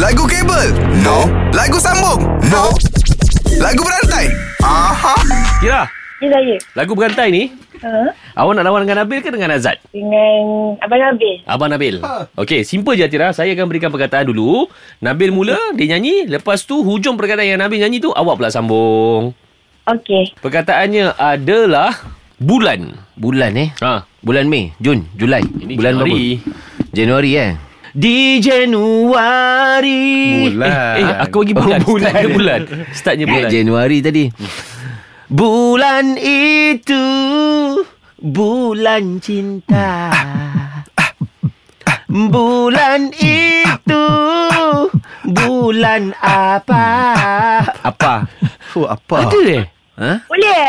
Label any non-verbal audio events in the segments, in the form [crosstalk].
Lagu kabel? No. Lagu sambung? No. Lagu berantai? Aha. Kira, Dia saya. lagu berantai ni Ha? Awak nak lawan dengan Nabil ke dengan Azad? Dengan Abang Nabil. Abang Nabil Okey, simple je Atira Saya akan berikan perkataan dulu Nabil mula, dia nyanyi Lepas tu, hujung perkataan yang Nabil nyanyi tu Awak pula sambung Okey. Perkataannya adalah Bulan Bulan eh Ha, Bulan Mei Jun Julai ini Bulan Januari. berapa? Januari eh Di Januari Bulan. Eh, eh, aku bagi bulan. Oh, bulan. Startnya bulan. Startnya Eh, bulan. Januari tadi Bulan itu Bulan cinta Bulan itu Bulan apa Apa Oh, apa? Ada eh? ha? Boleh?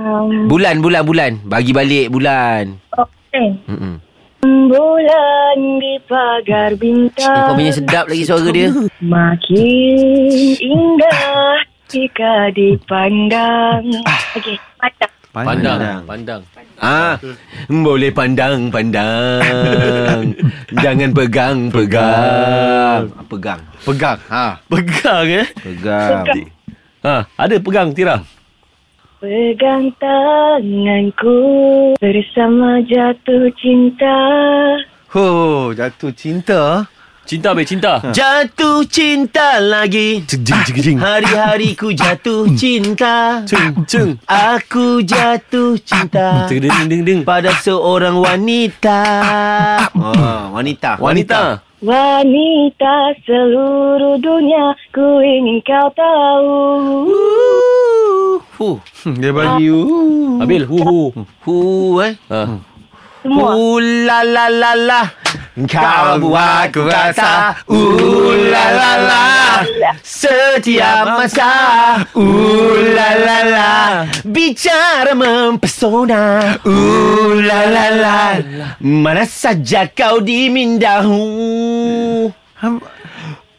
Um, Bulan bulan bulan Bagi balik bulan Okey. Mm-mm. Bulan di pagar bintang. Eh, kau punya sedap lagi suara dia Makin indah jika dipandang. Okey, mantap. Pandang. Pandang. Ah, boleh [laughs] pandang-pandang. Jangan pegang-pegang. Pegang. Pegang. Ha. Pegang eh? Pegang. Pegang. Ha, ada pegang Tira. Pegang tanganku bersama jatuh cinta. Oh, jatuh cinta. Ha. Cinta be cinta. Jatuh cinta lagi. Jing jing jing. Hari-hari ku jatuh cinta. Ha. Ceng ceng. Aku jatuh cinta Ding ding ding. pada seorang wanita. Ah, Oh, wanita. Wanita. Wanita seluruh dunia, ku ingin kau tahu. Hu. Dia bagi you. Nabil, hu hu. Hu eh. Ha. Semua. Uh, la la la la Kau buat ku rasa Uh la la la Setiap masa Uh la la la Bicara mempesona Uh la la la Mana saja kau dimindahu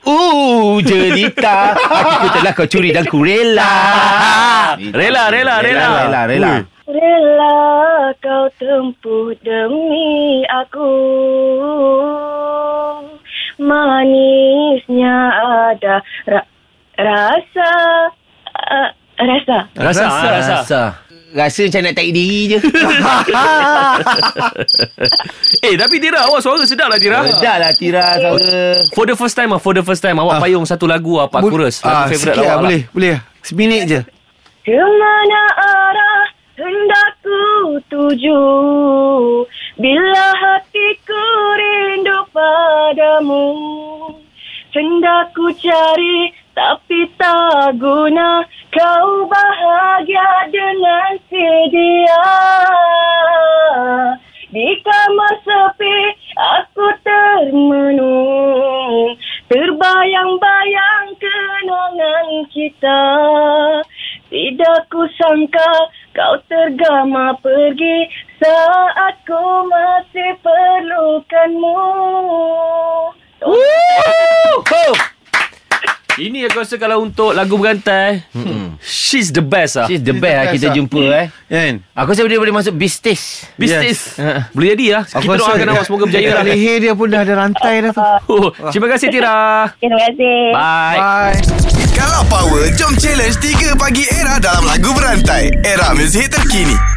Uh jelita Aku telah kau curi dan ku [laughs] rela Rela, rela, rela. Rela, rela. Rela kau tempuh demi aku Manisnya ada ra- rasa uh, Rasa Rasa, rasa. rasa. rasa. Rasa macam nak tarik diri je Eh, tapi Tira, awak suara sedap lah Tira. Sedap lah Tira Oh. suara [laughs] For the first time ah, for the first time awak payung satu lagu ah, Pak Kurus. Ah, Lagu favorite sikit lah. awak. lah. Boleh, boleh. Seminit je. Ke mana arah hendak ku tuju Bila hatiku rindu padamu Hendak ku cari tapi tak guna Kau bahagia dengan si dia Di kamar sepi aku termenung Terbayang-bayang kenangan kita Tidak ku sangka kau tergama pergi Saat ku masih perlukanmu Oh. Ini aku rasa kalau untuk lagu berantai, she's the best ah. She's the best lah kita best lah. jumpa eh Kan? Aku rasa dia boleh masuk bisnis Bisnis. Yes. Boleh jadi ah. Kita doakan awak semoga berjaya [laughs] lah. Leher dia pun dah ada rantai dah tu. Oh, terima kasih Tira. Terima kasih Bye. Bye. Kalau power, jom challenge 3 pagi era dalam lagu berantai. Era muzik terkini.